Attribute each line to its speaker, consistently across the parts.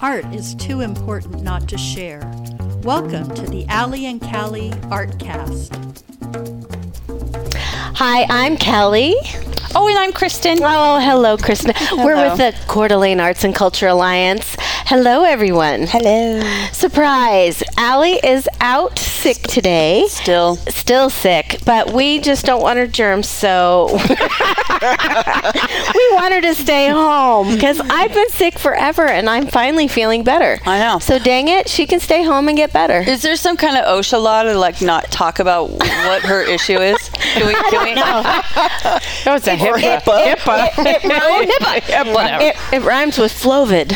Speaker 1: art is too important not to share. Welcome to the Allie and Callie Artcast.
Speaker 2: Hi, I'm Kelly.
Speaker 3: Oh, and I'm Kristen.
Speaker 2: Oh, hello, Kristen. We're with the Coeur d'Alene Arts and Culture Alliance. Hello, everyone.
Speaker 3: Hello.
Speaker 2: Surprise! Allie is out sick today.
Speaker 3: Still.
Speaker 2: Still sick, but we just don't want her germs, so we want her to stay home because I've been sick forever and I'm finally feeling better.
Speaker 3: I know.
Speaker 2: So, dang it, she can stay home and get better.
Speaker 3: Is there some kind of OSHA law to like not talk about what her issue is? Can we? Can we?
Speaker 4: Oh, it's a HIPAA.
Speaker 2: It, it rhymes with Flovid.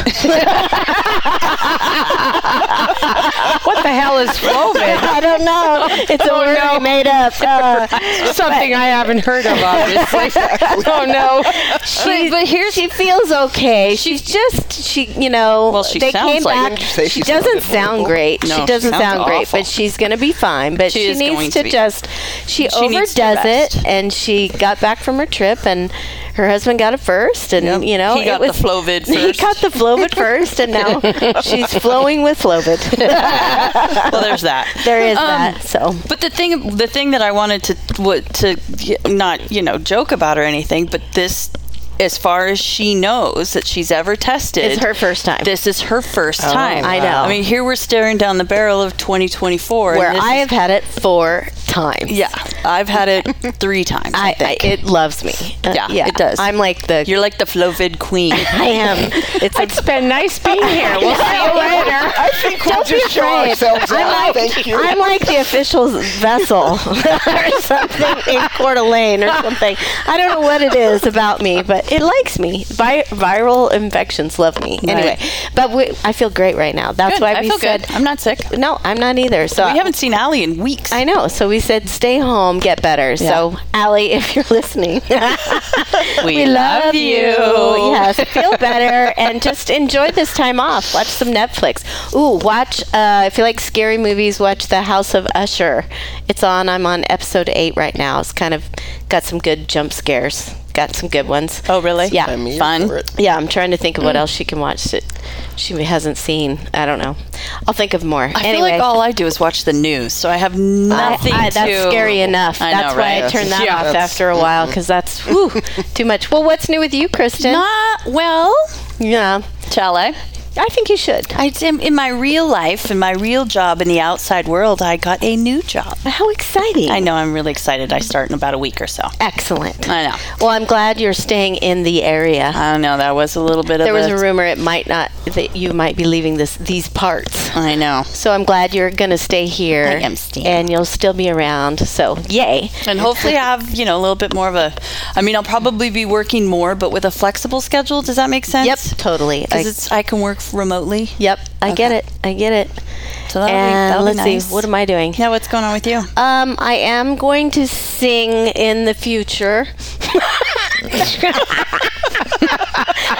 Speaker 4: What the hell is Flovid?
Speaker 2: I don't know. It's a word I made up. Uh,
Speaker 4: Something I haven't heard of, obviously. oh no.
Speaker 2: she, but here she feels okay. She's just she, you know.
Speaker 3: Well, she
Speaker 2: they
Speaker 3: sounds
Speaker 2: came
Speaker 3: like-
Speaker 2: back.
Speaker 3: Didn't
Speaker 5: you say
Speaker 2: She
Speaker 5: she
Speaker 2: doesn't
Speaker 5: sounded
Speaker 2: sound
Speaker 5: horrible?
Speaker 2: great.
Speaker 3: No,
Speaker 2: she
Speaker 3: she
Speaker 2: doesn't
Speaker 3: sounds
Speaker 2: sound great,
Speaker 3: awful.
Speaker 2: but she's gonna be fine. But
Speaker 3: She
Speaker 2: she,
Speaker 3: is
Speaker 2: needs
Speaker 3: going
Speaker 2: to,
Speaker 3: to be.
Speaker 2: just she,
Speaker 3: She needs to
Speaker 2: overdoes
Speaker 3: rest.
Speaker 2: it, and she got back from her trip, and her husband got it first, and you know
Speaker 3: He got
Speaker 2: it
Speaker 3: the
Speaker 2: was
Speaker 3: Flovid
Speaker 2: He
Speaker 3: first.
Speaker 2: got the Flovid first, and now she's flowing with Flovid.
Speaker 3: well, there's that.
Speaker 2: There is
Speaker 3: Um,
Speaker 2: that. So
Speaker 3: But the thing, the thing that I wanted to what to not you know joke about or anything, but this, as far as she knows that she's ever tested,
Speaker 2: It's her first time.
Speaker 3: This is her first time.
Speaker 2: I know.
Speaker 3: I mean, here we're staring down the barrel of 2024. and
Speaker 2: where
Speaker 3: this
Speaker 2: I
Speaker 3: is-
Speaker 2: have had it four times.
Speaker 3: yeah, I've had it three times.
Speaker 2: I,
Speaker 3: I,
Speaker 2: I,
Speaker 3: think.
Speaker 2: it loves me. Uh,
Speaker 3: Yeah, it does.
Speaker 2: I'm like the.
Speaker 3: You're like the Flovid queen.
Speaker 2: I am. It's a,
Speaker 4: It's been nice being here. We'll see you later.
Speaker 5: I think we'll
Speaker 2: Don't be
Speaker 5: just show
Speaker 2: afraid.
Speaker 5: ourselves
Speaker 2: I'm
Speaker 5: out.
Speaker 2: like,
Speaker 5: Thank you.
Speaker 2: I'm like the official vessel or something in Coeur d'Alene or something. I don't know what it is about me, but it likes me. Vi- viral infections love me. Anyway, but we, I feel great right now. That's
Speaker 3: Good.
Speaker 2: why
Speaker 3: I
Speaker 2: we
Speaker 3: feel
Speaker 2: said.
Speaker 3: good. I'm not sick.
Speaker 2: No, I'm not either. So
Speaker 3: We haven't seen Allie in weeks.
Speaker 2: I know. So we said, stay home, get better. So, Allie, if you're listening,
Speaker 3: we,
Speaker 2: Yes, feel better and just enjoy this time off. Watch some Netflix. Ooh, watch. Uh, if you like scary movies, watch The House of Usher. It's on. I'm on episode eight right now. It's kind of got some good jump scares. Got some good ones.
Speaker 3: Oh, really?
Speaker 2: Yeah.
Speaker 5: I'm here
Speaker 3: Fun.
Speaker 5: for it.
Speaker 2: Yeah, I'm trying to think of
Speaker 3: Mm.
Speaker 2: what else she can watch that she hasn't seen. I don't know. I'll think of more.
Speaker 3: I
Speaker 2: anyway,
Speaker 3: feel like all I do is watch the news, so I have nothing
Speaker 2: I- I- that's
Speaker 3: to.
Speaker 2: scary enough.
Speaker 3: I
Speaker 2: that's
Speaker 3: know,
Speaker 2: why
Speaker 3: right?
Speaker 2: I turned that
Speaker 4: Yeah.
Speaker 2: off
Speaker 5: That's-
Speaker 2: after a while because that's whew, too much. Well, what's new with you, Kristen?
Speaker 3: Not well,
Speaker 2: yeah,
Speaker 3: shall I?
Speaker 2: I think you should.
Speaker 3: I in, in my real life, in my real job, in the outside world, I got a new job.
Speaker 2: How exciting!
Speaker 3: I know I'm really excited. I start in about a week or so.
Speaker 2: Excellent.
Speaker 3: I know.
Speaker 2: Well, I'm glad you're staying in the area.
Speaker 3: I don't know. That was a little bit
Speaker 2: there
Speaker 3: of
Speaker 2: was
Speaker 3: a.
Speaker 2: a rumor it might not that you might be leaving this these parts.
Speaker 3: I know.
Speaker 2: So I'm glad you're going to stay here.
Speaker 3: I am staying.
Speaker 2: And you'll still be around. So, yay.
Speaker 3: and hopefully have you know a little bit more of a i mean i'll probably be working more but with a flexible schedule does that make sense
Speaker 2: Yep, totally. I,
Speaker 3: because it's i can work remotely
Speaker 2: yep, I get it. I get it.
Speaker 3: so that'll be,
Speaker 2: and
Speaker 3: that'll
Speaker 2: let's
Speaker 3: be nice.
Speaker 2: see, what am I doing?
Speaker 3: yeah what's going on with you
Speaker 2: Um, I am going to sing in the future.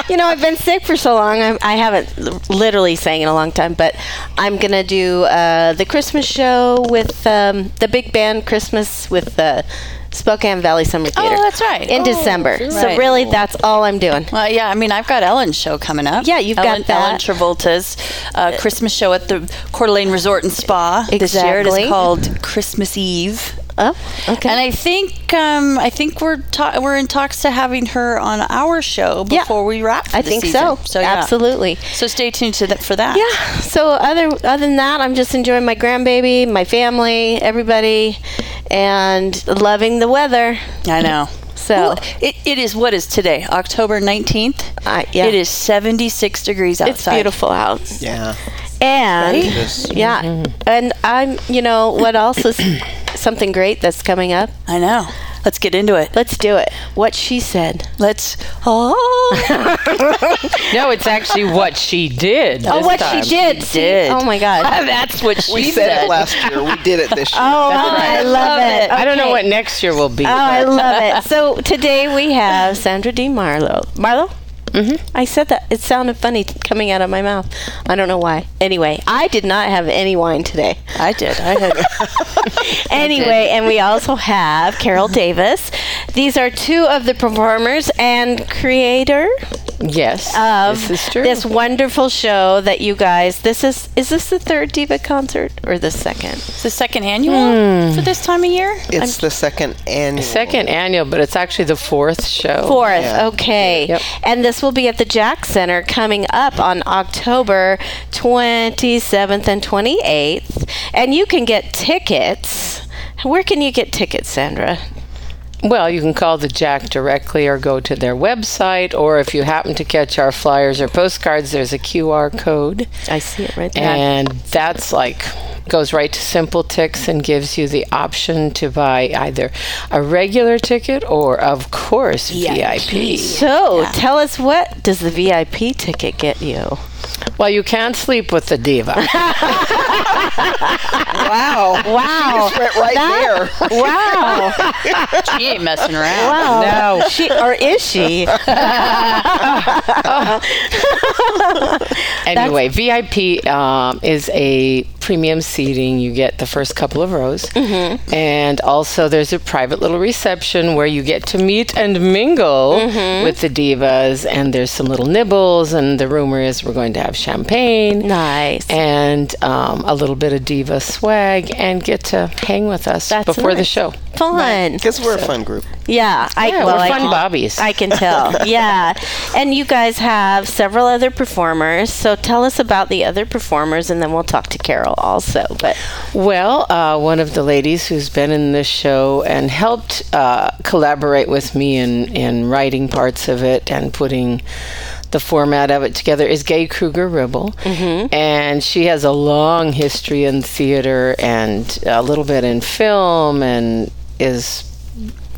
Speaker 2: you know, I've been sick for so long. I'm, I haven't l- literally sang in a long time, but I'm gonna do uh, the Christmas show with um, the big band Christmas with the Spokane Valley Summer Theater.
Speaker 3: that's right.
Speaker 2: In
Speaker 3: Oh,
Speaker 2: December. So
Speaker 3: right.
Speaker 2: really, that's all I'm doing.
Speaker 3: well, yeah, I mean, I've got Ellen's show coming up.
Speaker 2: Yeah, you've got
Speaker 3: Ellen, Ellen
Speaker 2: that.
Speaker 3: Travolta's uh, Christmas show at the Coeur d'Alene Resort and Spa this year. It
Speaker 2: Exactly.
Speaker 3: is called Christmas Eve.
Speaker 2: Oh, okay.
Speaker 3: And I think um, I think we're ta- we're in talks to having her on our show
Speaker 2: Yeah.
Speaker 3: before we wrap. For
Speaker 2: I
Speaker 3: the
Speaker 2: think
Speaker 3: season.
Speaker 2: so.
Speaker 3: yeah.
Speaker 2: Absolutely.
Speaker 3: So stay tuned to that for that.
Speaker 2: Yeah. So other other than that, I'm just enjoying my grandbaby, my family, everybody, and loving the weather.
Speaker 3: I know.
Speaker 2: So-
Speaker 3: Well, it, it is what is today, October 19th.
Speaker 2: Uh, yeah.
Speaker 3: It is 76 degrees
Speaker 2: It's
Speaker 3: outside.
Speaker 2: beautiful out.
Speaker 5: Yeah.
Speaker 2: And
Speaker 5: Just-
Speaker 2: yeah, and I'm you know what else is something great that's coming up?
Speaker 3: I know. Let's get into it.
Speaker 2: Let's do it. What she said.
Speaker 3: Let's. Oh.
Speaker 4: No, it's actually what she did.
Speaker 2: Oh,
Speaker 4: this
Speaker 2: what
Speaker 4: time.
Speaker 2: she did. see?
Speaker 3: did.
Speaker 2: Oh my God.
Speaker 4: That's what she
Speaker 5: We said, it last year. We did it this year.
Speaker 2: Oh, I love it.
Speaker 4: I don't know
Speaker 2: Okay.
Speaker 4: what next year will be.
Speaker 2: Oh, I love it. So today we have Sandra D. Marlowe. Marlowe? Mm-hmm. I said that. It sounded funny t- coming out of my mouth. I don't know why. Anyway, I did not have any wine today.
Speaker 3: I did. I had.
Speaker 2: Anyway, and we also have Carol Davis. These are two of the performers and creator
Speaker 4: Yes.
Speaker 2: of
Speaker 4: this is true.
Speaker 2: this wonderful show that you guys. This is is this the third diva concert or the second?
Speaker 3: It's the second annual for this time of year.
Speaker 5: It's the second annual.
Speaker 4: Second annual, but it's actually the fourth show.
Speaker 2: Fourth,
Speaker 5: Yeah.
Speaker 2: okay.
Speaker 4: Yep.
Speaker 2: And this will be at the Jack Center coming up on October 27th and 28th. And you can get tickets. Where can you get tickets, Sandra?
Speaker 4: Well, you can call the Jack directly or go to their website, or if you happen to catch our flyers or postcards, there's a QR code.
Speaker 2: I see it right there.
Speaker 4: And that's like goes right to Simple Ticks and gives you the option to buy either a regular ticket or, of course, VIP.
Speaker 2: So tell us what does the VIP ticket get you?
Speaker 4: Well, you can't sleep with the diva.
Speaker 5: Wow.
Speaker 2: Wow.
Speaker 5: Just went right there.
Speaker 2: Wow.
Speaker 3: She ain't messing around.
Speaker 2: Wow. She or is she?
Speaker 4: Anyway, VIP um, is a premium seating. You get the first couple of rows. And also, there's a private little reception where you get to meet and mingle with the divas. And there's some little nibbles. And the rumor is we're going to have champagne.
Speaker 2: Nice.
Speaker 4: And um, a little bit of diva swag and get to hang with us
Speaker 2: That's
Speaker 4: before the
Speaker 2: nice.
Speaker 4: show.
Speaker 2: Fun.
Speaker 5: Because we're a fun group.
Speaker 2: Yeah, I
Speaker 4: Yeah,
Speaker 2: well,
Speaker 4: we're
Speaker 2: I
Speaker 4: fun
Speaker 2: can-
Speaker 4: bobbies.
Speaker 2: I can tell. yeah, and you guys have several other performers. So tell us about the other performers, and then we'll talk to Carol also. But
Speaker 4: Well, uh, one of the ladies who's been in this show and helped uh, collaborate with me in, in writing parts of it and putting the format of it together is Gay Kruger Ribble.
Speaker 2: Mm-hmm.
Speaker 4: And she has a long history in theater and a little bit in film and is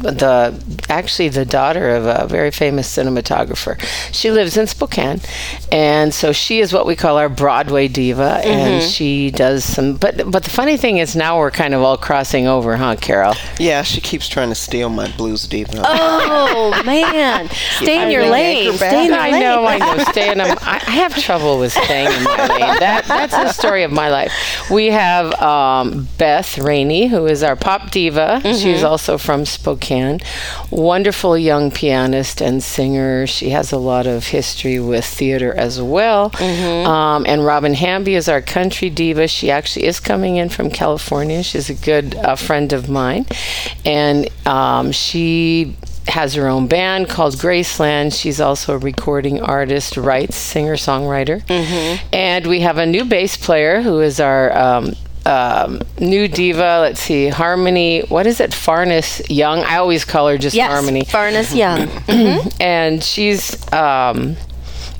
Speaker 4: the actually the daughter of a very famous cinematographer. She lives in Spokane, and so she is what we call our Broadway diva, and she does some. But but the funny thing is now we're kind of all crossing over, huh, Carol?
Speaker 5: Yeah, she keeps trying to steal my blues diva.
Speaker 2: oh man, stay in your
Speaker 5: really
Speaker 2: lane.
Speaker 5: anchor back.
Speaker 2: Stay in your
Speaker 4: I
Speaker 2: lane.
Speaker 4: know, I know. Stay in 'em. I, I have trouble with staying in my lane. That, that's the story of my life. We have um, Beth Rainey, who is our pop diva. She's also from Spokane. Wonderful young pianist and singer. She has a lot of history with theater as well. Um, and Robin Hamby is our country diva. She actually is coming in from California. She's a good uh, friend of mine. And um, she has her own band called Graceland. She's also a recording artist, writes, singer, songwriter.
Speaker 2: Mm-hmm.
Speaker 4: And we have a new bass player who is our um, um, new diva. Let's see, Harmony. What is it? Farness Young. I always call her just
Speaker 2: Yes,
Speaker 4: Harmony.
Speaker 2: Farnes Young.
Speaker 4: and she's. Um,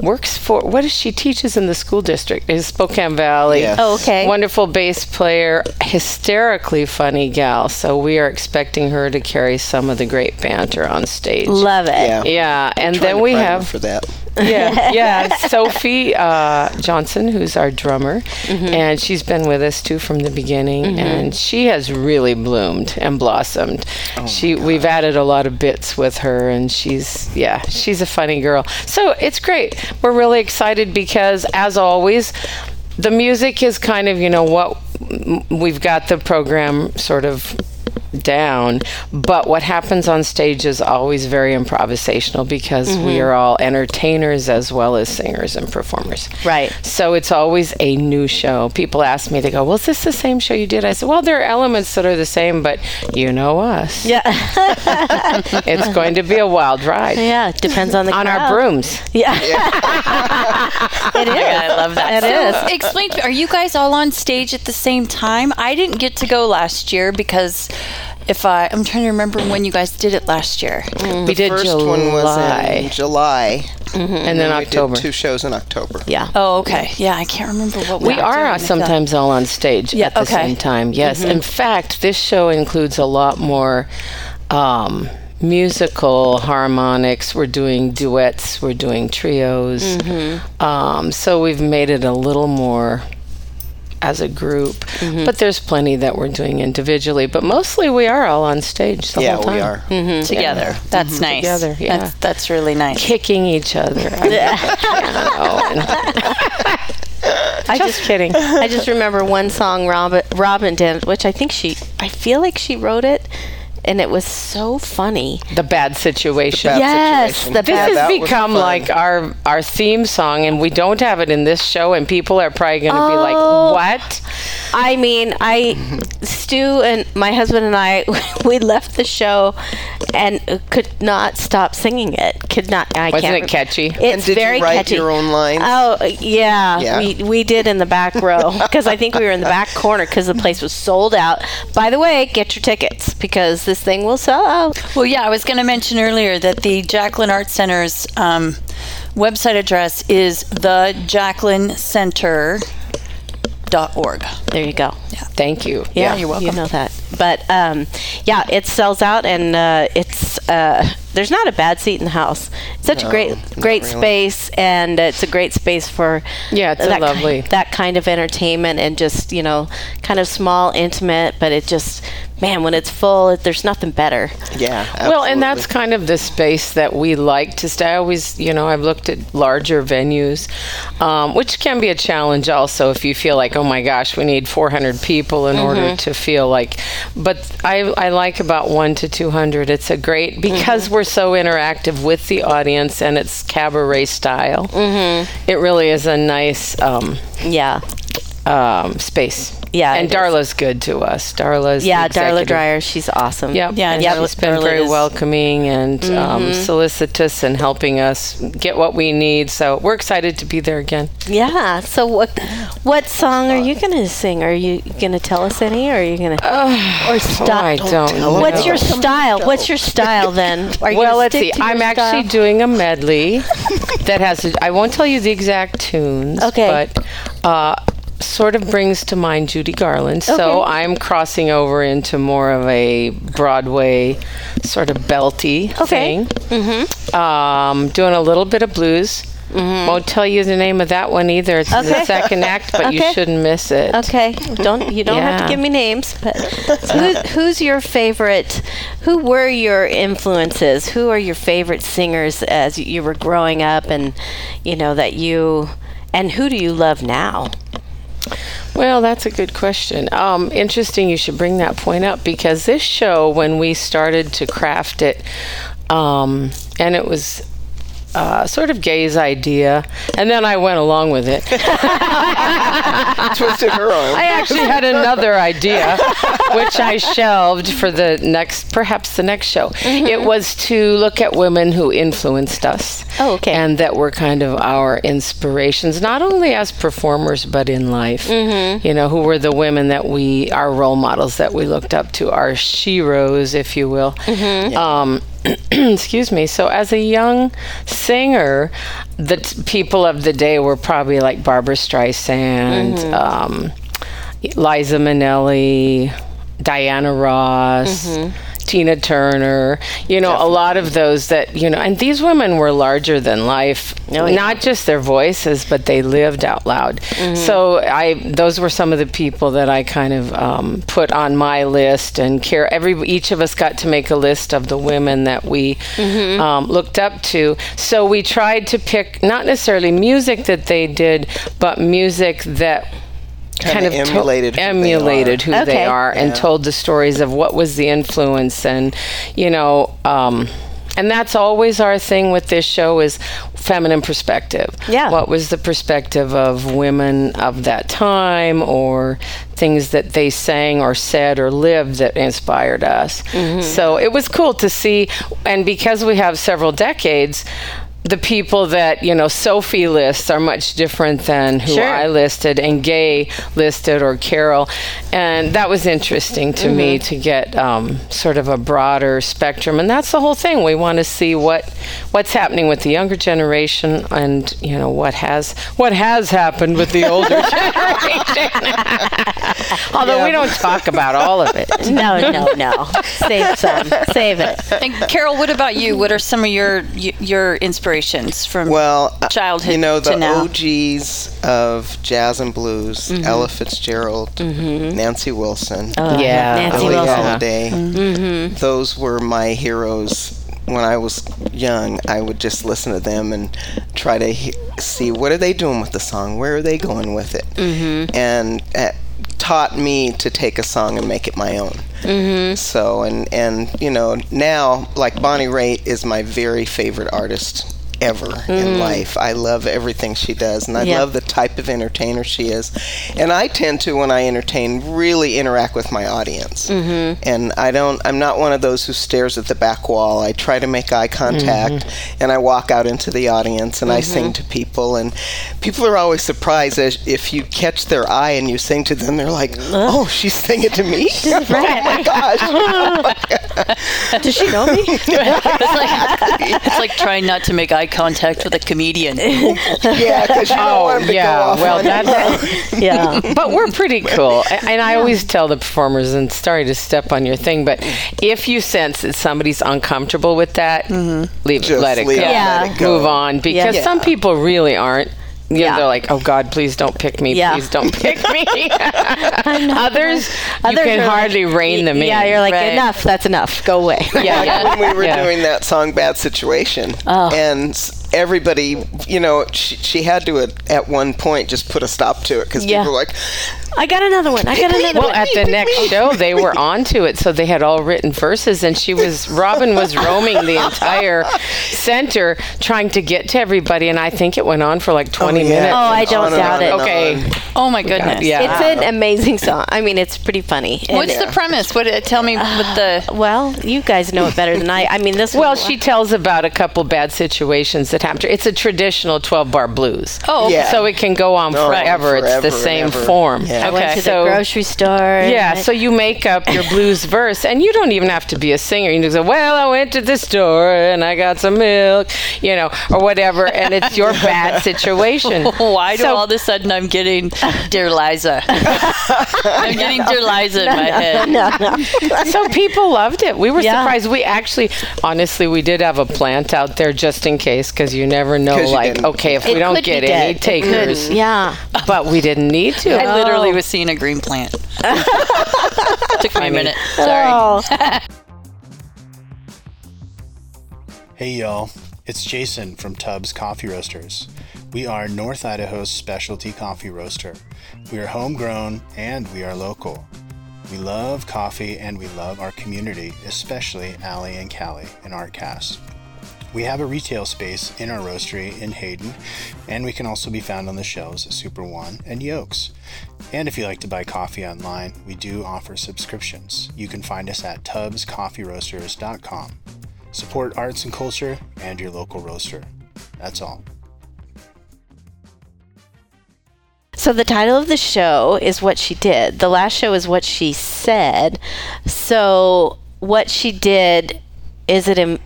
Speaker 4: Works for what is she teaches in the school district is Spokane Valley.
Speaker 5: Yes.
Speaker 2: Oh, okay.
Speaker 4: Wonderful bass player, hysterically funny gal. So we are expecting her to carry some of the great banter on stage.
Speaker 2: Love it.
Speaker 5: yeah.
Speaker 4: Yeah, and
Speaker 5: Trying
Speaker 4: then
Speaker 5: to
Speaker 4: we
Speaker 5: prime her
Speaker 4: have
Speaker 5: for that.
Speaker 4: yeah, yeah Sophie uh, Johnson, who's our drummer,
Speaker 5: Mm-hmm.
Speaker 4: and she's been with us too from the beginning, and she has really bloomed and blossomed.
Speaker 5: Oh
Speaker 4: she we've added a lot of bits with her, and she's yeah, she's a funny girl. So it's great. We're really excited because, as always, the music is kind of you know what m- we've got the program sort of down but what happens on stage is always very improvisational because
Speaker 5: Mm-hmm.
Speaker 4: we are all entertainers as well as singers and performers
Speaker 2: Right.
Speaker 4: so it's always a new show people ask me they go well is this the same show you did i said well there are elements that are the same but you know us
Speaker 2: Yeah,
Speaker 4: it's going to be a wild ride
Speaker 2: yeah. Depends on the
Speaker 4: on
Speaker 2: crowd.
Speaker 4: our brooms
Speaker 2: Yeah, it is.
Speaker 3: I love that.
Speaker 2: It is.
Speaker 3: Explain to me, are you guys all on stage at the same time? I didn't get to go last year because if I, I'm trying to remember when you guys did it last year.
Speaker 4: we did
Speaker 5: First
Speaker 4: July
Speaker 5: one was in July.
Speaker 4: and then
Speaker 5: We
Speaker 4: october
Speaker 5: did two shows in October.
Speaker 2: Yeah.
Speaker 3: Oh, okay. Yeah, I can't remember what
Speaker 4: We
Speaker 3: did
Speaker 4: are
Speaker 3: during the-
Speaker 4: sometimes all on stage
Speaker 3: Yeah,
Speaker 4: at the
Speaker 3: okay.
Speaker 4: same time. Yes. In fact, this show includes a lot more um, musical harmonics. We're doing duets. We're doing trios. Um, so we've made it a little more as a group. But there's plenty that we're doing individually. But mostly we are all on stage the
Speaker 5: Yeah,
Speaker 4: whole time. Hmm.
Speaker 5: we are.
Speaker 3: together. That's nice.
Speaker 4: Mm-hmm. Together, yeah.
Speaker 3: That's, that's really nice.
Speaker 4: Kicking each other. I just kidding.
Speaker 2: I just remember one song Robin, Robin did, which I think she, I feel like she wrote it. and it was so funny.
Speaker 4: The bad situation.
Speaker 5: Bad
Speaker 2: Yes,
Speaker 5: situation.
Speaker 2: the bad-
Speaker 4: this has
Speaker 5: that was
Speaker 4: become
Speaker 5: fun.
Speaker 4: like our our theme song, and we don't have it in this show, and people are probably going to be
Speaker 2: Oh.
Speaker 4: like, "What?"
Speaker 2: I mean, I, Stu and my husband and I, we left the show and could not stop singing it. Could not. I
Speaker 4: Wasn't
Speaker 2: can't.
Speaker 4: it
Speaker 2: rem-
Speaker 4: catchy?
Speaker 2: It's
Speaker 4: And
Speaker 5: did you
Speaker 2: very
Speaker 5: write
Speaker 2: catchy.
Speaker 5: your own lines?
Speaker 2: Oh yeah,
Speaker 5: Yeah.
Speaker 2: We we did in the back row because I think we were in the back corner because the place was sold out. By the way, get your tickets because this thing will sell out.
Speaker 3: Well, yeah, I was going to mention earlier that the Jacqueline Art Center's um, website address is thejacquelinecenter.org.
Speaker 2: There you go.
Speaker 4: Thank you.
Speaker 2: Yeah,
Speaker 3: you're welcome.
Speaker 2: You know that, but um, yeah, it sells out, and uh, it's uh, there's not a bad seat in the house. It's such a
Speaker 5: No,
Speaker 2: great,
Speaker 5: not
Speaker 2: great
Speaker 5: really.
Speaker 2: space, and it's a great space for
Speaker 4: Yeah, it's a
Speaker 2: that
Speaker 4: lovely-
Speaker 2: kind, that kind of entertainment, and just you know, kind of small, intimate, but it just man, when it's full, it, there's nothing better.
Speaker 5: Yeah.
Speaker 4: Well, and that's
Speaker 5: absolutely.
Speaker 4: kind of the space that we like to stay. I always, you know, I've looked at larger venues, um, which can be a challenge also if you feel like, oh my gosh, we need 400 people in
Speaker 2: Mm-hmm.
Speaker 4: order to feel like. But I, I like about one to 200. It's a
Speaker 2: Mm-hmm.
Speaker 4: great, because we're so interactive with the audience and it's cabaret style,
Speaker 2: Mm-hmm.
Speaker 4: it really is a nice um,
Speaker 2: Yeah,
Speaker 4: um, space.
Speaker 2: Yeah,
Speaker 4: And
Speaker 2: it is.
Speaker 4: Darla's good to us. Darla's. the
Speaker 2: yeah. Darla
Speaker 4: executive
Speaker 2: Dreyer, she's awesome.
Speaker 4: Yep.
Speaker 3: Yeah,
Speaker 4: and
Speaker 3: Darla-
Speaker 4: she's been
Speaker 3: Darla
Speaker 4: very
Speaker 3: is- Mm-hmm.
Speaker 4: welcoming and um, solicitous and helping us get what we need. So we're excited to be there again.
Speaker 2: yeah. So what, what song are you gonna sing? Are you gonna tell us any? Or are you gonna?
Speaker 4: or stop. Oh, I don't. know.
Speaker 2: What's your style? What's your style then? Are you
Speaker 4: well,
Speaker 2: gonna
Speaker 4: let's see.
Speaker 2: stick to
Speaker 4: I'm
Speaker 2: your
Speaker 4: actually
Speaker 2: style?
Speaker 4: doing a medley that has. I I won't tell you the exact tunes.
Speaker 2: Okay.
Speaker 4: But. Uh, Sort of brings to mind Judy Garland. So
Speaker 2: Okay.
Speaker 4: I'm crossing over into more of a Broadway sort of belty
Speaker 2: Okay. Mm-hmm.
Speaker 4: thing. Um, doing a little bit of blues. Won't tell you the name of that one either. It's in
Speaker 2: Okay.
Speaker 4: the second act, but you
Speaker 2: Okay.
Speaker 4: shouldn't miss it.
Speaker 2: Okay, don't you don't have to
Speaker 4: Yeah.
Speaker 2: give me names, but who, who's your favorite? Who were your influences? Who are your favorite singers as you were growing up, and you know that you, and who do you love now?
Speaker 4: Well, that's a good question. Um, interesting you should bring that point up because this show, when we started to craft it, um, and it was uh, sort of Gay's idea, and then I went along with it.
Speaker 5: twisted her arm.
Speaker 4: I actually had another idea, which I shelved for the next, perhaps the next show.
Speaker 2: Mm-hmm.
Speaker 4: It was to look at women who influenced us.
Speaker 2: Oh, okay.
Speaker 4: And that were kind of our inspirations, not only as performers, but in life.
Speaker 2: Mm-hmm.
Speaker 4: You know, who were the women that we, our role models that we looked up to, our sheroes, if you will.
Speaker 2: Mm-hmm.
Speaker 4: Um, excuse me. So, as a young singer, the t- people of the day were probably like Barbara Streisand,
Speaker 2: Mm-hmm.
Speaker 4: um, Liza Minnelli, Diana Ross. Tina Turner, you know, a lot of those that, you know, and these women were larger than life, not just their voices, but they lived out loud. So I, those were some of the people that I kind of um, put on my list and care. Every, each of us got to make a list of the women that we um, looked up to. So we tried to pick not necessarily music that they did, but music that kind
Speaker 5: Kinda
Speaker 4: of to-
Speaker 5: emulated who they are.
Speaker 4: emulated who
Speaker 2: Okay.
Speaker 4: they are and told the stories of what was the influence and you know um, and that's always our thing with this show is feminine perspective
Speaker 2: Yeah.
Speaker 4: what was the perspective of women of that time or things that they sang or said or lived that inspired us
Speaker 2: Mm-hmm.
Speaker 4: so it was cool to see and because we have several decades the people that you know sophie lists are much different than who i listed and gay listed or carol and that was interesting to me to get um, sort of a broader spectrum and that's the whole thing we want to see what what's happening with the younger generation and you know what has what has happened with the older generation although we don't talk about all of it
Speaker 2: No, no, no. Save some. Save it.
Speaker 3: And Carol, what about you? What are some of your y- your inspirations from
Speaker 5: well, uh,
Speaker 3: childhood
Speaker 5: You know the
Speaker 3: to now?
Speaker 5: OGs of jazz and blues:
Speaker 4: Mm-hmm.
Speaker 5: Ella Fitzgerald, Nancy Wilson,
Speaker 4: Oh, yeah
Speaker 2: Nancy
Speaker 5: Billie
Speaker 2: Wilson.
Speaker 5: Holiday. Those were my heroes when I was young. I would just listen to them and try to he- see what are they doing with the song, where are they going with it, and. At, taught me to take a song and make it my own. Mm-hmm. So and and you know now like Bonnie Raitt is my very favorite artist ever in life. I love everything she does, and I
Speaker 2: Yeah.
Speaker 5: love the type of entertainer she is. And I tend to, when I entertain, really interact with my audience. Mm-hmm. And I don't, I'm not one of those who stares at the back wall. I try to make eye contact,
Speaker 2: Mm-hmm.
Speaker 5: and I walk out into the audience and I sing to people. And people are always surprised as, if you catch their eye and you sing to them. They're like, "Oh, she's singing to me! oh my gosh!"
Speaker 2: Does she know me?
Speaker 3: It's like, it's like trying not to make eye contact with a comedian.
Speaker 5: yeah, because you don't want 'em to go
Speaker 4: Oh, yeah.
Speaker 5: off
Speaker 4: Well,
Speaker 5: on
Speaker 4: that's
Speaker 2: yeah.
Speaker 4: but we're pretty cool. A- And I always tell the performers, and sorry to step on your thing, but if you sense that somebody's uncomfortable with that,
Speaker 2: Mm-hmm.
Speaker 4: leave it,
Speaker 5: Just
Speaker 4: let it
Speaker 5: leave
Speaker 4: go.
Speaker 5: it, let
Speaker 2: Yeah.
Speaker 5: it go.
Speaker 4: Move on. Because
Speaker 2: Yeah.
Speaker 4: some people really aren't. You
Speaker 2: Yeah.
Speaker 4: know, they're like, oh God, please don't pick me.
Speaker 2: Yeah.
Speaker 4: Please don't pick me. others, you
Speaker 2: Others
Speaker 4: can
Speaker 2: are like-
Speaker 4: hardly rein them in.
Speaker 2: Yeah, you're like,
Speaker 3: Right.
Speaker 2: enough, that's enough. Go away.
Speaker 4: yeah, yeah.
Speaker 5: when we were
Speaker 4: Yeah.
Speaker 5: doing that song "Bad Situation,"
Speaker 2: Oh.
Speaker 5: and s- everybody, you know, she, she had to at, at one point just put a stop to it because
Speaker 2: Yeah.
Speaker 5: people were like,
Speaker 2: I got another one. I got another
Speaker 4: Well,
Speaker 2: one.
Speaker 4: at the next show, they were onto it, so they had all written verses, and she was Robin was roaming the entire center trying to get to everybody, and I think it went on for like twenty
Speaker 5: yeah.
Speaker 4: minutes.
Speaker 2: Oh, I
Speaker 5: and
Speaker 2: don't
Speaker 5: on and
Speaker 2: doubt
Speaker 5: on
Speaker 2: it.
Speaker 5: and
Speaker 4: okay,
Speaker 5: on.
Speaker 3: Oh my goodness.
Speaker 4: yeah.
Speaker 2: It's an amazing song. I mean, it's pretty funny. And-
Speaker 3: What's the premise? What uh, tell me what the
Speaker 2: well, you guys know it better than I. I mean, this.
Speaker 4: Well,
Speaker 2: was-
Speaker 4: she tells about a couple bad situations that happened. to her. It's a traditional 12 bar blues.
Speaker 3: Oh,
Speaker 5: Yeah.
Speaker 4: So it can go on
Speaker 5: No,
Speaker 4: forever. It's
Speaker 5: Oh, forever
Speaker 4: the
Speaker 5: and
Speaker 4: same
Speaker 5: ever.
Speaker 4: form.
Speaker 5: Yeah.
Speaker 2: I went
Speaker 3: okay,
Speaker 2: to
Speaker 4: so-
Speaker 2: the grocery store. and
Speaker 4: Yeah,
Speaker 2: I-
Speaker 4: so you make up your blues verse, and you don't even have to be a singer. You can say, "Well, I went to the store and I got some milk," you know, or whatever, and it's your bad situation.
Speaker 3: Why do
Speaker 4: So-
Speaker 3: all of a sudden I'm getting dear Liza? I'm getting dear Liza in my head.
Speaker 2: no, no.
Speaker 4: So people loved it. We were
Speaker 2: Yeah.
Speaker 4: surprised. We actually, honestly, we did have a plant out there just in case, because you never know.
Speaker 5: 'Cause you
Speaker 4: Like,
Speaker 5: didn't-
Speaker 4: okay, if
Speaker 2: It
Speaker 4: we don't
Speaker 2: could be
Speaker 4: get
Speaker 2: dead.
Speaker 4: any
Speaker 2: It could-
Speaker 4: takers,
Speaker 2: Yeah.
Speaker 4: but we didn't need to.
Speaker 3: I literally was seeing a green plant. Took me a minute. Sorry.
Speaker 2: Oh.
Speaker 6: Hey y'all, it's Jason from Tubbs Coffee Roasters. We are North Idaho's specialty coffee roaster. We are homegrown and we are local. We love coffee and we love our community, especially Allie and Callie in Artcast. We have a retail space in our roastery in Hayden, and we can also be found on the shelves at Super One and Yokes. And if you like to buy coffee online, we do offer subscriptions. You can find us at tubscoffeeroasters.com. Support arts and culture and your local roaster. That's all.
Speaker 2: So the title of the show is what she did. The last show is what she said. So what she did is it in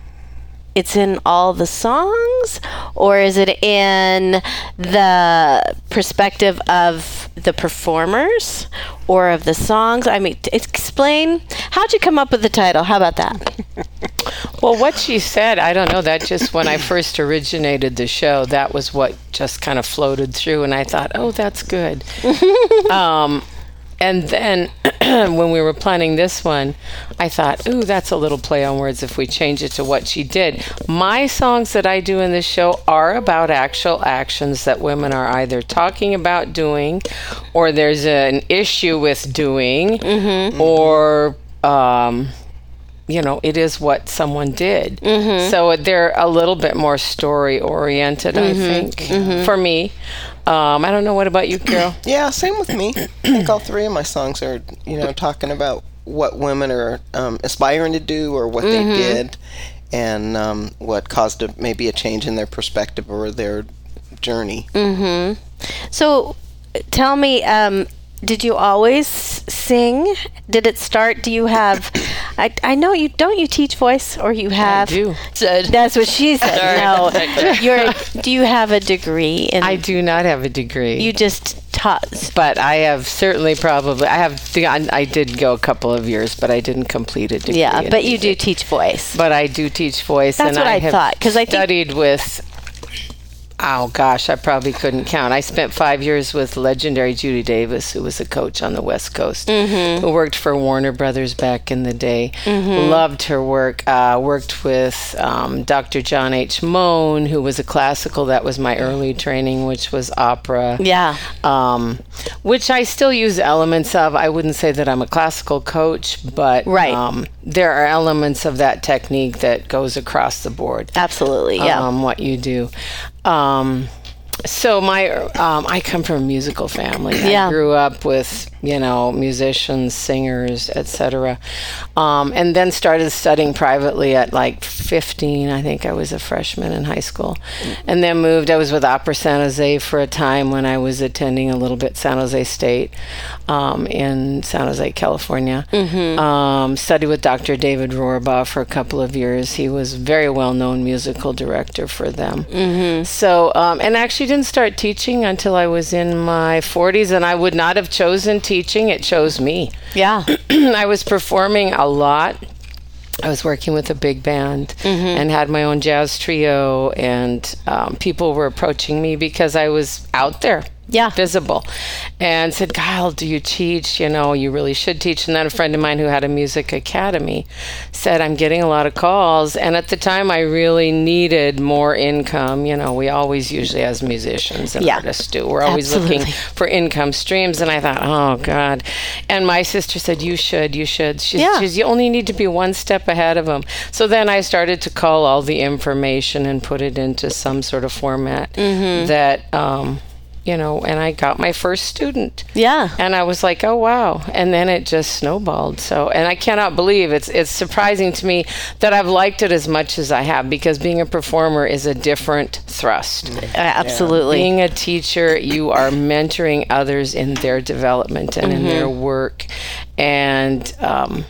Speaker 2: it's in all the songs or is it in the perspective of the performers or of the songs? I mean, t- explain how'd you come up with the title? How about that?
Speaker 4: Well, what she said, I don't know. That just when I first originated the show, that was what just kind of floated through, and I thought, oh, that's good. um, and then when we were planning this one, I thought, ooh, that's a little play on words if we change it to what she did. My songs that I do in this show are about actual actions that women are either talking about doing, or there's an issue with doing, or. Um, you know, it is what someone did.
Speaker 2: Mm-hmm.
Speaker 4: So they're a little bit more story oriented,
Speaker 2: Mm-hmm.
Speaker 4: I think, for me. Um, I don't know. What about you, Carol?
Speaker 5: Yeah, same with me. I think all three of my songs are, you know, talking about what women are um, aspiring to do or what
Speaker 2: Mm-hmm.
Speaker 5: they did, and um, what caused a, maybe a change in their perspective or their journey.
Speaker 2: Mm. So, tell me, um, did you always sing? Did it start? Do you have? I, I know you don't. You teach voice, or you have?
Speaker 4: do.
Speaker 3: Said-
Speaker 2: That's what she said. No, you're. Do you have a degree? In,
Speaker 4: I do not have a degree.
Speaker 2: You just taught.
Speaker 4: but I have certainly probably I have I I did go a couple of years, but I didn't complete a degree.
Speaker 2: Yeah,
Speaker 4: in
Speaker 2: but you do
Speaker 4: music.
Speaker 2: teach voice.
Speaker 4: But I do teach voice.
Speaker 2: That's
Speaker 4: and
Speaker 2: what I
Speaker 4: have
Speaker 2: thought, 'cause I think-
Speaker 4: studied with oh gosh, I probably couldn't count. I spent five years with legendary Judy Davis, who was a coach on the West Coast,
Speaker 2: Mm-hmm.
Speaker 4: who worked for Warner Brothers back in the day. Loved her work. Uh, worked with um, Dr. John H. Moan, who was a classical. That was my early training, which was opera
Speaker 2: Yeah.
Speaker 4: um, which I still use elements of. I wouldn't say that I'm a classical coach, but
Speaker 2: Right.
Speaker 4: um, there are elements of that technique that goes across the board.
Speaker 2: Absolutely. Uh, Yeah.
Speaker 4: Um, what you do. Um, so my, um, I come from a musical family.
Speaker 2: Yeah.
Speaker 4: I grew up with, you know, musicians, singers, etc. Um, and then started studying privately at like 15. I think I was a freshman in high school. And then moved. I was with Opera San Jose for a time when I was attending a little bit San Jose State um, in San Jose, California. Um, studied with Dr. David Rohrbaugh for a couple of years. He was very well known musical director for them. So, um, and actually didn't start teaching until I was in my 40s, and I would not have chosen teaching. It chose me.
Speaker 2: yeah.
Speaker 4: I was performing a lot. I was working with a big band
Speaker 2: Mm-hmm.
Speaker 4: and had my own jazz trio, and um, people were approaching me because I was out there.
Speaker 2: Yeah.
Speaker 4: Visible. And said, Kyle, do you teach? You know, you really should teach. And then a friend of mine who had a music academy said, I'm getting a lot of calls. And at the time, I really needed more income. You know, we always usually, as musicians and
Speaker 2: Yeah.
Speaker 4: artists do, we're always looking
Speaker 2: Absolutely.
Speaker 4: for income streams and i thought oh god and my sister said you should you should she's,
Speaker 2: Yeah.
Speaker 4: she's you only need to be one step ahead of them so then i started to call all the information and put it into some sort of format
Speaker 2: Mm-hmm.
Speaker 4: that um, you know and i got my first student
Speaker 2: Yeah.
Speaker 4: and i was like oh wow and then it just snowballed so and i cannot believe it's it's surprising to me that i've liked it as much as i have because being a performer is a different thrust
Speaker 2: Uh, absolutely.
Speaker 4: being a teacher, you are mentoring others in their development and in
Speaker 2: Mm-hmm.
Speaker 4: their work, and um,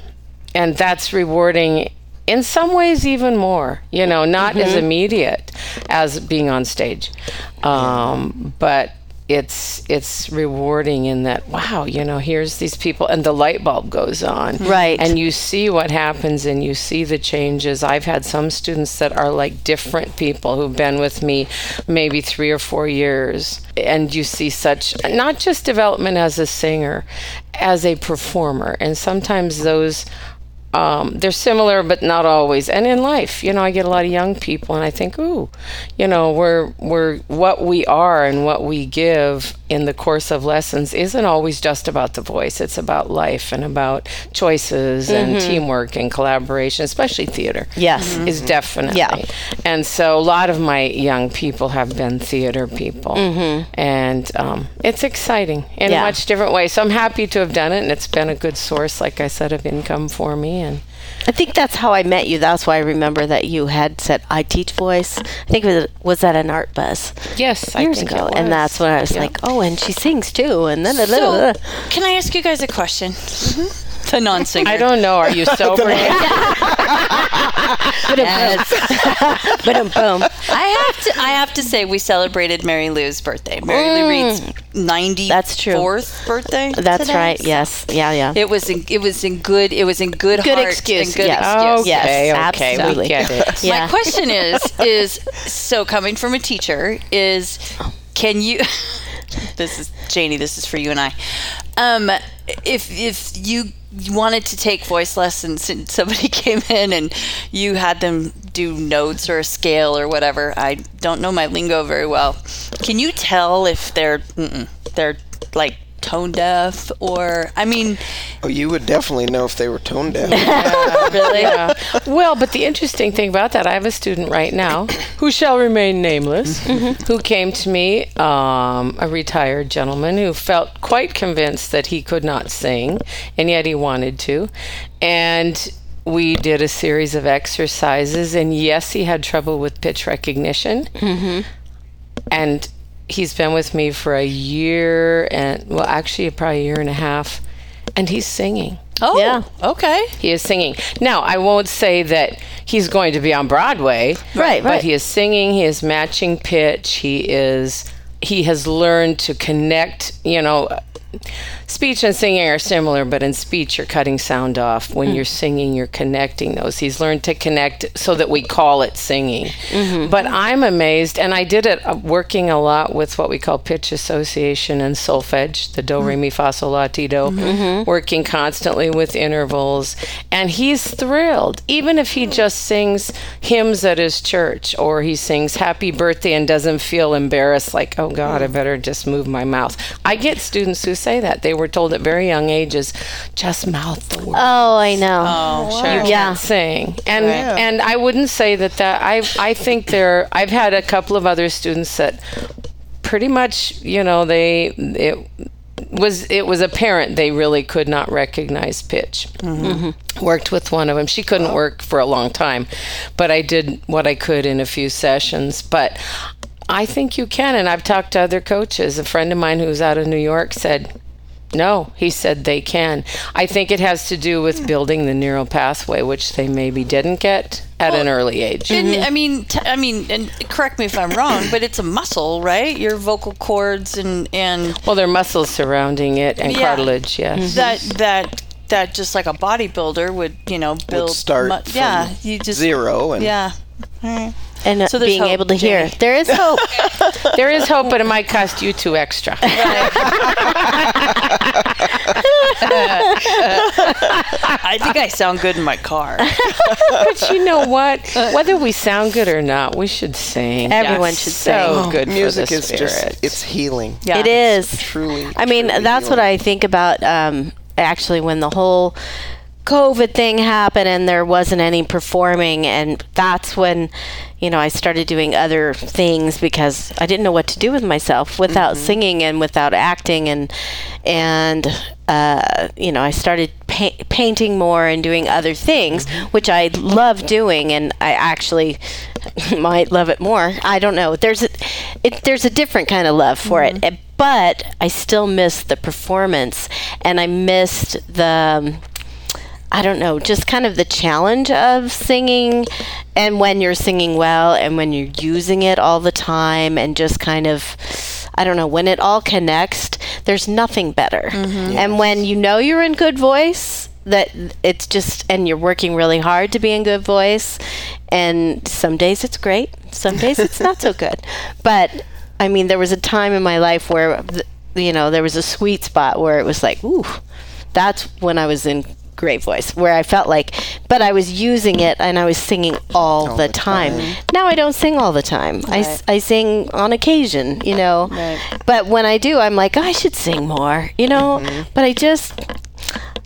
Speaker 4: and that's rewarding in some ways even more. You know, not
Speaker 2: Mm-hmm.
Speaker 4: as immediate as being on stage, um, but it's it's rewarding in that wow you know here's these people and the light bulb goes on
Speaker 2: Right.
Speaker 4: and you see what happens and you see the changes i've had some students that are like different people who've been with me maybe three or four years and you see such not just development as a singer as a performer and sometimes those um, they're similar, but not always. And in life, you know, I get a lot of young people, and I think, ooh, you know, we're we're what we are and what we give in the course of lessons isn't always just about the voice. It's about life and about choices and teamwork and collaboration, especially theater.
Speaker 2: Mm-hmm. Yes. Mm-hmm.
Speaker 4: is definitely.
Speaker 2: Yeah.
Speaker 4: And so a lot of my young people have been theater people, and um, it's exciting in
Speaker 2: Yeah.
Speaker 4: a much different way. So I'm happy to have done it, and it's been a good source, like I said, of income for me and.
Speaker 2: I think that's how I met you. That's why I remember that you had said, I teach voice. I think it was, was that an art buzz
Speaker 4: Yes,
Speaker 2: years
Speaker 4: I think
Speaker 2: ago.
Speaker 4: it
Speaker 2: And
Speaker 4: was.
Speaker 2: that's when I was like, oh, and she sings too. And then,
Speaker 3: So, can I ask you guys a question? The non-singer.
Speaker 4: I don't know. Are you sober?
Speaker 2: boom, boom.
Speaker 3: I have to. I have to say, we celebrated Mary Lou's birthday. Mary Lou Reed's
Speaker 2: Mm. That's true.
Speaker 3: ninety-fourth birthday.
Speaker 2: That's
Speaker 3: today.
Speaker 2: right. Yes. Yeah, yeah.
Speaker 3: It was. In, it was in good. It was in good.
Speaker 2: Good
Speaker 3: heart
Speaker 2: excuse,
Speaker 3: And good
Speaker 2: yes.
Speaker 3: excuse.
Speaker 4: Okay,
Speaker 2: Yes,
Speaker 4: okay,
Speaker 2: absolutely.
Speaker 4: we get it.
Speaker 2: yeah.
Speaker 3: My question is is so coming from a teacher is can you this is Janie this is for you and I um if if you wanted to take voice lessons and somebody came in and you had them do notes or a scale or whatever I don't know my lingo very well can you tell if they're mm-mm, they're like tone deaf or I mean
Speaker 5: Oh, you would definitely know if they were tone deaf.
Speaker 3: really
Speaker 4: Yeah. Well, but the interesting thing about that, I have a student right now who shall remain nameless, who came to me, um, a retired gentleman who felt quite convinced that he could not sing, and yet he wanted to, and. We did a series of exercises, and yes, he had trouble with pitch recognition. and he's been with me for a year and well actually probably a year and a half and he's singing
Speaker 3: oh
Speaker 2: Yeah.
Speaker 3: okay
Speaker 4: he is singing now i won't say that he's going to be on broadway
Speaker 2: Right, right.
Speaker 4: but he is singing he is matching pitch he is he has learned to connect, you know, speech and singing are similar, but in speech, you're cutting sound off.
Speaker 2: Mm.
Speaker 4: When you're singing, you're connecting those. He's learned to connect so that we call it singing.
Speaker 2: Mm-hmm.
Speaker 4: But I'm amazed, and I did it uh, working a lot with what we call pitch association and solfege, the do, re, mi, fa, sol, la, ti, do, working constantly with intervals. And he's thrilled, even if he just sings hymns at his church or he sings happy birthday and doesn't feel embarrassed, like, oh God, I better just move my mouth. I get students who say that. They were told at very young ages, just mouth the word
Speaker 2: Oh, I know.
Speaker 3: sure.
Speaker 2: Yeah.
Speaker 4: sing. And and I wouldn't say that that I I think there I've had a couple of other students that pretty much, you know, they it was it was apparent they really could not recognize pitch. Worked with one of them. She couldn't work for a long time, but I did what I could in a few sessions, but I think you can and I've talked to other coaches. A friend of mine who's out of New York said no, he said they can. I think it has to do with building the neural pathway, which they maybe didn't get at an early age.
Speaker 3: Didn't-
Speaker 5: Mm-hmm.
Speaker 3: I mean, t- I mean, and correct me if I'm wrong, but it's a muscle, right? Your vocal cords and and
Speaker 4: well, their muscles surrounding it and
Speaker 3: Yeah. Mm-hmm.
Speaker 4: cartilage, yes.
Speaker 3: that that that just like a bodybuilder would, you know, build.
Speaker 5: start from
Speaker 3: yeah, you just
Speaker 5: Zero and
Speaker 3: Yeah,
Speaker 2: And uh,
Speaker 3: So there's
Speaker 2: being
Speaker 3: hope,
Speaker 2: able to hear.
Speaker 3: Jenny.
Speaker 2: There is hope.
Speaker 4: There is hope, but it might cost you two extra.
Speaker 3: I think I sound good in my car.
Speaker 4: but you know what? Whether we sound good or not, we should sing.
Speaker 2: Uh, Everyone should
Speaker 4: So good
Speaker 5: Oh, music
Speaker 4: for the
Speaker 5: is
Speaker 4: spirit.
Speaker 5: just it's healing.
Speaker 3: Yeah.
Speaker 2: It is.
Speaker 5: Truly.
Speaker 2: I mean,
Speaker 5: truly
Speaker 2: that's what
Speaker 5: healing.
Speaker 2: I think about um, actually when the whole COVID thing happened and there wasn't any performing. And that's when, you know, I started doing other things because I didn't know what to do with myself without singing and without acting. And, and, uh, you know, I started pa- painting more and doing other things, which I love doing. And I actually might love it more. I don't know. There's a, it, there's a different kind of love for it. it but I still missed the performance and I missed the um, I don't know, just kind of the challenge of singing and when you're singing well and when you're using it all the time and just kind of I don't know, when it all connects, there's nothing better. And when you know you're in good voice, that it's just and you're working really hard to be in good voice and some days it's great, some days it's not so good. But I mean, there was a time in my life where, th- you know, there was a sweet spot where it was like, ooh, that's when I was in great voice, where I felt like, but I was using it and I was singing all, the, time. Now I don't sing all the time. I s I I, sing on occasion, you know. But when I do, I'm like, I should sing more, you know. But I just,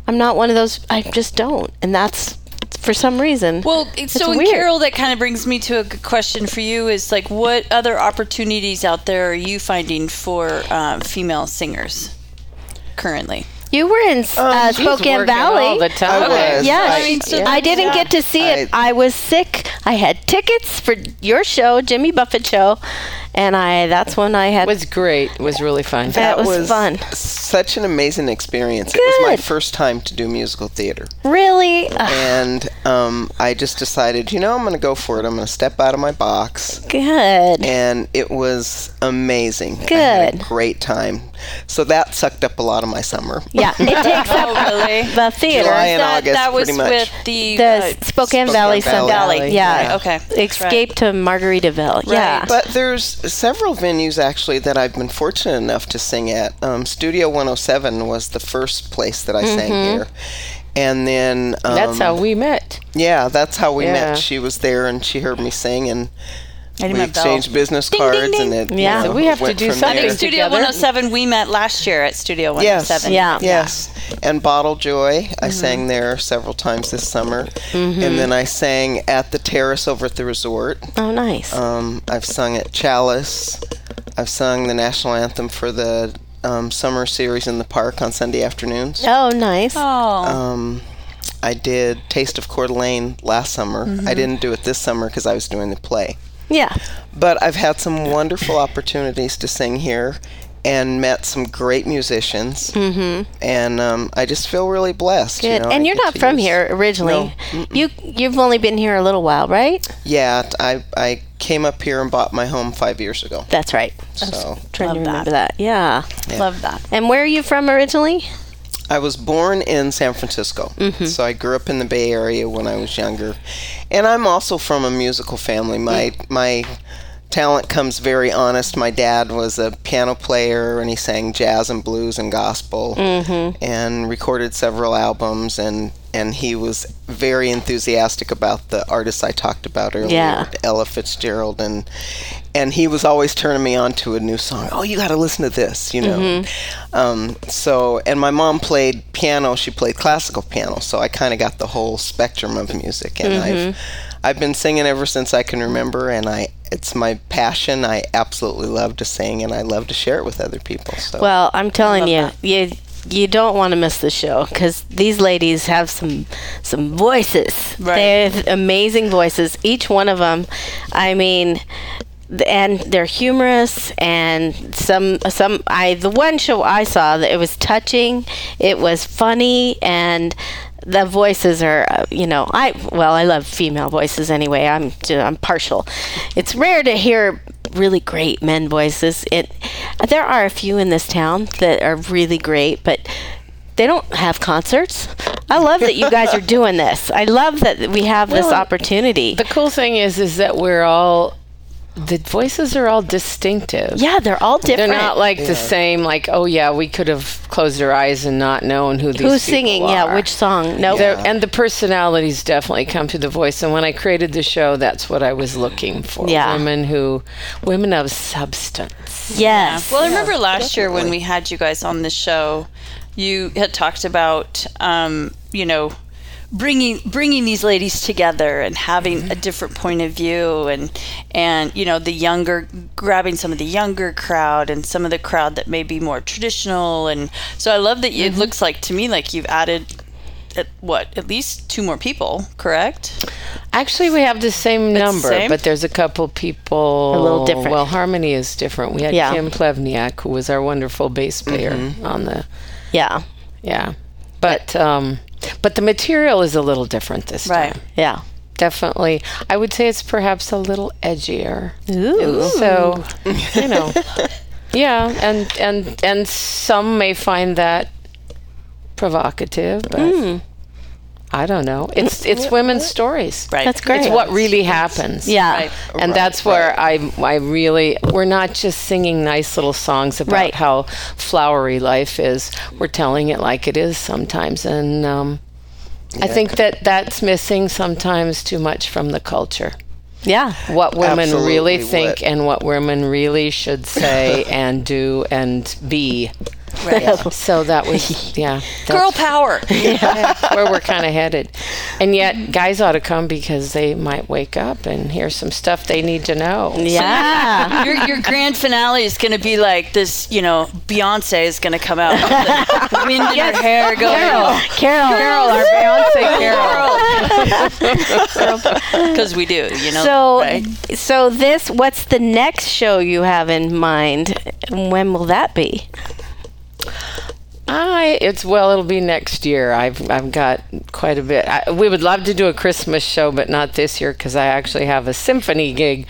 Speaker 2: I'm not one of those, I just don't. And that's for some reason.
Speaker 3: Well, it's so in
Speaker 2: weird.
Speaker 3: Carol, that kind of brings me to a good question for you: is like, what other opportunities out there are you finding for uh, female singers currently?
Speaker 2: you were in s uh,
Speaker 4: She's
Speaker 2: Spokane
Speaker 4: working
Speaker 2: Valley.
Speaker 4: all the time.
Speaker 5: I was.
Speaker 2: Yeah,
Speaker 5: I-
Speaker 2: I, I didn't get to see it. I was sick. I had tickets for your show, Jimmy Buffett show, and I that's when I had
Speaker 4: It was great. It was really fun.
Speaker 2: that was, fun.
Speaker 5: Such an amazing experience. It was my
Speaker 2: Good.
Speaker 5: first time to do musical theater.
Speaker 2: Really? uh, Ugh,
Speaker 5: And um, I just decided, you know, I'm going to go for it. I'm going to step out of my box.
Speaker 2: good.
Speaker 5: And it was amazing. I had a
Speaker 2: Good.
Speaker 5: great time. So that sucked up a lot of my summer.
Speaker 2: Yeah, it takes up
Speaker 3: Oh, really?
Speaker 2: the theater.
Speaker 5: July and
Speaker 3: that,
Speaker 5: August,
Speaker 3: that was
Speaker 5: pretty much.
Speaker 3: with the,
Speaker 2: the
Speaker 3: uh,
Speaker 2: Spokane, Valley Sun
Speaker 5: Valley.
Speaker 2: Valley. Yeah.
Speaker 3: Right, okay. That's right.
Speaker 2: Escape to Margaritaville. Yeah.
Speaker 3: Right.
Speaker 5: But there's several venues actually that I've been fortunate enough to sing at. Um, Studio 107 was the first place that I sang here. And then um,
Speaker 4: Mm-hmm. That's how we met.
Speaker 5: yeah, that's how we
Speaker 4: Yeah.
Speaker 5: met. She was there and she heard me sing and
Speaker 3: I didn't
Speaker 5: we
Speaker 3: have bell.
Speaker 5: exchanged business
Speaker 3: ding,
Speaker 5: cards
Speaker 3: ding.
Speaker 5: and it
Speaker 2: Yeah.
Speaker 5: you know,
Speaker 4: So we have to
Speaker 5: went
Speaker 4: do
Speaker 5: from
Speaker 4: something
Speaker 3: I think
Speaker 5: there.
Speaker 4: together.
Speaker 3: Studio 107. We met last year at Studio
Speaker 5: Yes.
Speaker 3: 107.
Speaker 2: Yeah.
Speaker 5: Yes. And Bottle Joy, I sang there several times this summer. And then I sang at the terrace over at the resort.
Speaker 2: oh, nice.
Speaker 5: Um, I've sung at Chalice. I've sung the national anthem for the um, summer series in the park on Sunday afternoons.
Speaker 2: oh, nice.
Speaker 3: Oh,
Speaker 5: Um, I did Taste of Coeur d'Alene last summer. I didn't do it this summer because I was doing the play.
Speaker 2: Yeah.
Speaker 5: But I've had some wonderful opportunities to sing here and met some great musicians. Mm-hmm. And um, I just feel really blessed. you
Speaker 2: Good.
Speaker 5: know, I
Speaker 2: and you're
Speaker 5: get
Speaker 2: not
Speaker 5: to
Speaker 2: from
Speaker 5: use-
Speaker 2: here originally. You you've only been here a little while, right?
Speaker 5: Yeah, t- I, I came up here and bought my home five years ago.
Speaker 2: That's right.
Speaker 5: So
Speaker 2: Trying to
Speaker 3: Love that.
Speaker 2: remember that. Yeah.
Speaker 3: Love that.
Speaker 2: And where are you from originally?
Speaker 5: I was born in San Francisco. So I grew up in the Bay Area when I was younger. And I'm also from a musical family. My my talent comes very honest. My dad was a piano player and he sang jazz and blues and gospel and recorded several albums and and he was very enthusiastic about the artists I talked about earlier,
Speaker 2: Yeah.
Speaker 5: Ella Fitzgerald, and and he was always turning me on to a new song. Oh, you got to listen to this, you know.
Speaker 2: Mm-hmm.
Speaker 5: Um, so, and my mom played piano. She played classical piano, so I kind of got the whole spectrum of music, and I've
Speaker 2: Mm-hmm.
Speaker 5: I've been singing ever since I can remember, and I it's my passion. I absolutely love to sing, and I love to share it with other people. So.
Speaker 2: Well, I'm telling you, you you don't want to miss the show because these ladies have some some voices.
Speaker 3: Right.
Speaker 2: They have amazing voices. Each one of them, I mean. th- And they're humorous, and some some I the one show I saw that it was touching, it was funny, and the voices are uh, you know I well I love female voices anyway I'm I'm partial. It's rare to hear really great men voices. It there are a few in this town that are really great, but they don't have concerts. I love that you guys are doing this. I love that we have this opportunity.
Speaker 4: The cool thing is, is that we're all the voices are all distinctive.
Speaker 2: yeah, they're all different.
Speaker 4: They're not like the same. Like, oh yeah, we could have closed our eyes and not known who these
Speaker 2: who's
Speaker 4: people
Speaker 2: singing.
Speaker 4: are.
Speaker 2: Yeah, which song? No.
Speaker 4: There- And the personalities definitely come through the voice. And when I created the show, that's what I was looking for.
Speaker 2: Yeah.
Speaker 4: Women who, women of substance.
Speaker 2: Yes.
Speaker 3: Well, I remember last year when we had you guys on the show, you had talked about, um, you know, bringing bringing these ladies together and having a different point of view, and and you know the younger grabbing some of the younger crowd and some of the crowd that may be more traditional, and so I love that you, it looks like to me like you've added. At what at least two more people, correct?
Speaker 4: Actually, we have the same number,
Speaker 3: same?
Speaker 4: but there's a couple people
Speaker 2: A little different.
Speaker 4: Well, harmony is different. We had
Speaker 2: Yeah. Mm-hmm.
Speaker 4: Kim Plevniak, who was our wonderful bass player on the
Speaker 2: yeah.
Speaker 4: yeah, but um, but the material is a little different this time.
Speaker 2: Yeah.
Speaker 4: Definitely, I would say it's perhaps a little edgier.
Speaker 2: Ooh.
Speaker 4: So, you know, yeah, and and and some may find that provocative, but
Speaker 2: Hmm.
Speaker 4: I don't know. It's it's women's stories.
Speaker 3: Right.
Speaker 2: That's great.
Speaker 4: It's what really happens.
Speaker 2: yeah.
Speaker 3: Right.
Speaker 4: And that's where I I really we're not just singing nice little songs about
Speaker 2: Right.
Speaker 4: how flowery life is. We're telling it like it is sometimes, and um, I think that that's missing sometimes too much from the culture
Speaker 2: Yeah.
Speaker 4: what women
Speaker 5: Absolutely
Speaker 4: really
Speaker 5: what-
Speaker 4: think and what women really should say and do and be. So that was yeah,
Speaker 3: Girl
Speaker 4: that's
Speaker 3: power.
Speaker 4: where we're kind of headed. And yet, guys ought to come because they might wake up and hear some stuff they need to know.
Speaker 2: Yeah.
Speaker 3: your, your grand finale is going to be like this, you know, Beyonce is going to come out with the wind in her hair going,
Speaker 2: Carol. Carol. Carol. Our Beyonce
Speaker 3: because we do, you know.
Speaker 2: So,
Speaker 3: right?
Speaker 2: so this. What's the next show you have in mind? When will that be?
Speaker 4: I it's well it'll be next year. I've I've got quite a bit. I, we would love to do a Christmas show, but not this year because I actually have a symphony gig,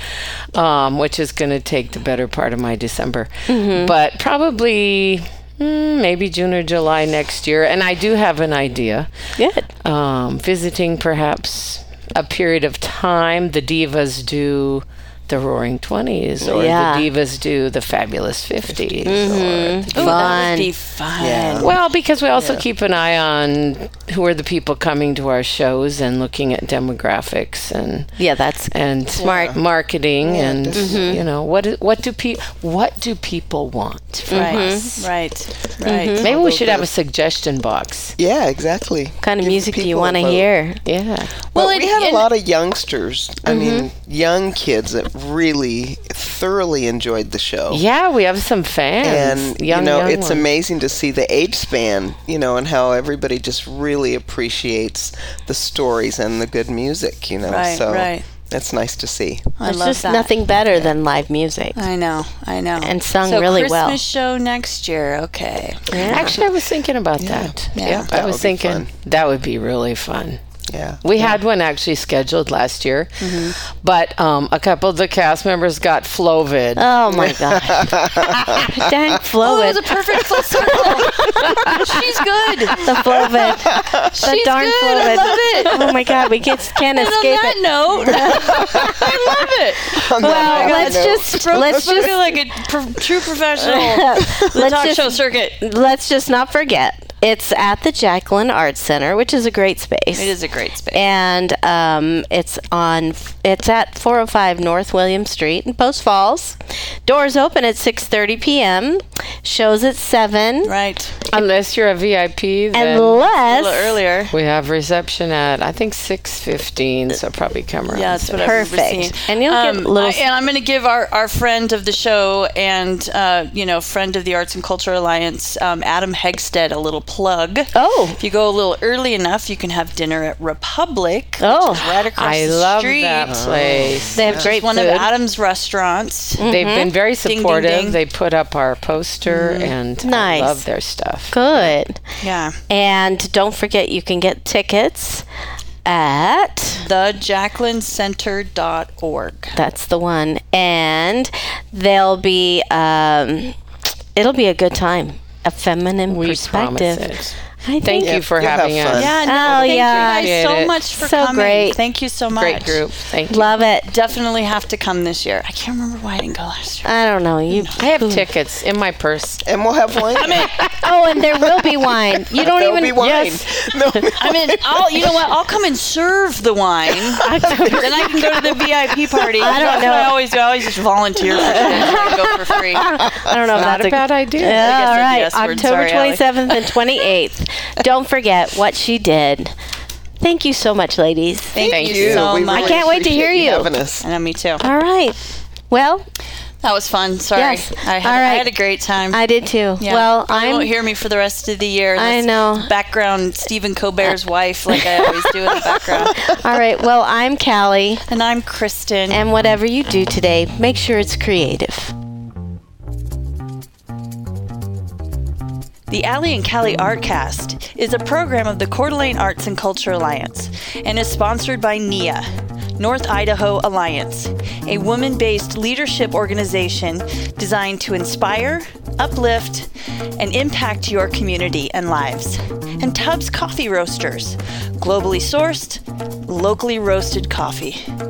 Speaker 4: um, which is going to take the better part of my December. But probably mm, maybe June or July next year. And I do have an idea.
Speaker 2: Good.
Speaker 4: Um, visiting perhaps a period of time. The divas do. The Roaring Twenties, or
Speaker 2: Yeah.
Speaker 4: the divas do the Fabulous 50s or the
Speaker 3: Ooh, that
Speaker 2: fun.
Speaker 3: would be fun.
Speaker 4: well, because we also keep an eye on who are the people coming to our shows and looking at demographics and
Speaker 2: Yeah, that's
Speaker 4: and
Speaker 2: Smart.
Speaker 4: marketing and you know what do- what do people what do people want? from
Speaker 3: Right,
Speaker 4: us?
Speaker 2: Mm-hmm.
Speaker 3: right, right.
Speaker 4: Maybe we should have a suggestion box.
Speaker 5: yeah, exactly.
Speaker 2: kind of
Speaker 5: Give
Speaker 2: music do you
Speaker 5: people
Speaker 2: want to
Speaker 5: hope.
Speaker 2: hear?
Speaker 4: Yeah.
Speaker 5: Well,
Speaker 3: and-
Speaker 5: we had
Speaker 3: and-
Speaker 5: a lot of youngsters. I mean, young kids that really thoroughly enjoyed the show.
Speaker 4: Yeah, we have some fans.
Speaker 5: And
Speaker 4: young,
Speaker 5: you know,
Speaker 4: young ones.
Speaker 5: it's amazing to see the age span, you know, and how everybody just really appreciates the stories and the good music, you know.
Speaker 3: Right,
Speaker 5: so
Speaker 3: right.
Speaker 5: that's nice to see.
Speaker 3: I
Speaker 2: There's
Speaker 3: love
Speaker 2: just
Speaker 3: that.
Speaker 2: nothing better than live music.
Speaker 3: I know, I know.
Speaker 2: And sung
Speaker 3: so
Speaker 2: really well.
Speaker 3: Christmas show next year. Okay.
Speaker 4: Actually, I was thinking about that.
Speaker 3: Yeah.
Speaker 4: Yep, I
Speaker 5: That
Speaker 4: was
Speaker 5: would be
Speaker 4: thinking
Speaker 5: fun.
Speaker 4: that would be really fun.
Speaker 5: Yeah.
Speaker 4: We had one actually scheduled last year, but um, a couple of the cast members got flovid.
Speaker 2: Oh my god. Dang
Speaker 3: Oh,
Speaker 2: Flovid.
Speaker 3: it was a perfect full circle. She's good.
Speaker 2: the Flovid. The
Speaker 3: She's
Speaker 2: darn
Speaker 3: good.
Speaker 2: Flovid.
Speaker 3: I love it.
Speaker 2: Oh my god, we just can't
Speaker 3: And on
Speaker 2: escape
Speaker 3: that
Speaker 2: it.
Speaker 3: note, I love it.
Speaker 2: Well, let's just let's
Speaker 3: Let's
Speaker 2: just
Speaker 3: feel like a pro- true professional. The
Speaker 2: Uh, let's
Speaker 3: talk
Speaker 2: just
Speaker 3: show circuit. It
Speaker 2: let's just not forget it's at the Jacqueline Arts Center, which is a great space.
Speaker 3: is a great space.
Speaker 2: and um, it's on it's at 405 north william street in post falls doors open at 6.30 p.m shows at 7
Speaker 3: right.
Speaker 4: Unless you're a VIP,
Speaker 3: A
Speaker 4: then
Speaker 2: unless
Speaker 3: little earlier.
Speaker 4: we have reception at I think six fifteen. So probably come around.
Speaker 3: Yeah, that's what
Speaker 2: Perfect.
Speaker 3: I've never seen.
Speaker 2: And you'll get little-
Speaker 3: I, and I'm going to give our, our friend of the show and uh, you know friend of the Arts and Culture Alliance, um, Adam Hegstead, a little plug.
Speaker 2: Oh.
Speaker 3: If you go a little early enough, you can have dinner at Republic.
Speaker 2: Oh.
Speaker 3: Which is right across
Speaker 4: I
Speaker 3: the
Speaker 4: love
Speaker 3: street.
Speaker 4: that place.
Speaker 2: they have great
Speaker 3: It's one
Speaker 2: food
Speaker 3: of Adam's restaurants.
Speaker 4: They've been very
Speaker 3: ding,
Speaker 4: supportive.
Speaker 3: ding.
Speaker 4: They put up our poster and
Speaker 2: Nice.
Speaker 4: I love their stuff.
Speaker 2: good
Speaker 3: Yeah.
Speaker 2: and don't forget you can get tickets at
Speaker 3: TheJacquelineCenter.org.
Speaker 2: that's the one and they'll be um, it'll be a good time a feminine
Speaker 4: We
Speaker 2: perspective
Speaker 4: promise it.
Speaker 2: I
Speaker 4: Thank
Speaker 2: think
Speaker 4: you for
Speaker 5: You'll have
Speaker 4: having
Speaker 5: fun.
Speaker 4: us.
Speaker 3: Yeah. No,
Speaker 2: Oh,
Speaker 3: thank
Speaker 2: yeah.
Speaker 3: you
Speaker 4: Appreciate
Speaker 3: guys so
Speaker 4: it.
Speaker 3: much for
Speaker 2: So
Speaker 3: coming.
Speaker 2: great.
Speaker 3: Thank you so much.
Speaker 4: Great group. Thank you.
Speaker 2: love it
Speaker 3: Definitely have to come this year. I can't remember why I didn't go last year.
Speaker 2: I don't know. You.
Speaker 4: I have tickets in my purse.
Speaker 5: And we'll have wine. I mean,
Speaker 2: Oh, and there will be wine. You don't
Speaker 5: There'll
Speaker 2: even.
Speaker 5: be wine. No,
Speaker 3: I mean, I'll you know what? I'll come and serve the wine. then I can go to the VIP party. I
Speaker 2: don't know.
Speaker 3: I always do. I always just volunteer for shit and I go for free.
Speaker 2: I don't know if
Speaker 4: Not
Speaker 2: that's
Speaker 4: a bad idea.
Speaker 2: Yeah,
Speaker 3: I
Speaker 2: all right.
Speaker 3: guess that's the S
Speaker 2: October
Speaker 3: word. Sorry, Ally.
Speaker 2: 27th and 28th. don't forget what she did. Thank you so much, ladies.
Speaker 3: Thank,
Speaker 4: Thank
Speaker 3: you,
Speaker 4: you.
Speaker 3: so
Speaker 5: we
Speaker 3: much.
Speaker 5: really
Speaker 2: I can't wait to
Speaker 5: appreciate
Speaker 2: hear you.
Speaker 5: having us.
Speaker 3: I know, me too.
Speaker 2: All right. Well,
Speaker 3: That was fun. Sorry.
Speaker 2: Yes.
Speaker 3: I, had,
Speaker 2: All
Speaker 3: I
Speaker 2: right.
Speaker 3: had a great time.
Speaker 2: I did too.
Speaker 3: Yeah.
Speaker 2: Well,
Speaker 3: you
Speaker 2: I'm.
Speaker 3: won't hear me for the rest of the year.
Speaker 2: I
Speaker 3: This
Speaker 2: know.
Speaker 3: Background Stephen Colbert's wife, like I always do in the background.
Speaker 2: All right. Well, I'm Callie.
Speaker 3: And I'm Kristen.
Speaker 2: And whatever you do today, make sure it's creative.
Speaker 3: The Alley and Cali Artcast is a program of the Coeur d'Alene Arts and Culture Alliance and is sponsored by NIA, North Idaho Alliance, a woman based leadership organization designed to inspire, uplift, and impact your community and lives. And Tubbs Coffee Roasters, globally sourced, locally roasted coffee.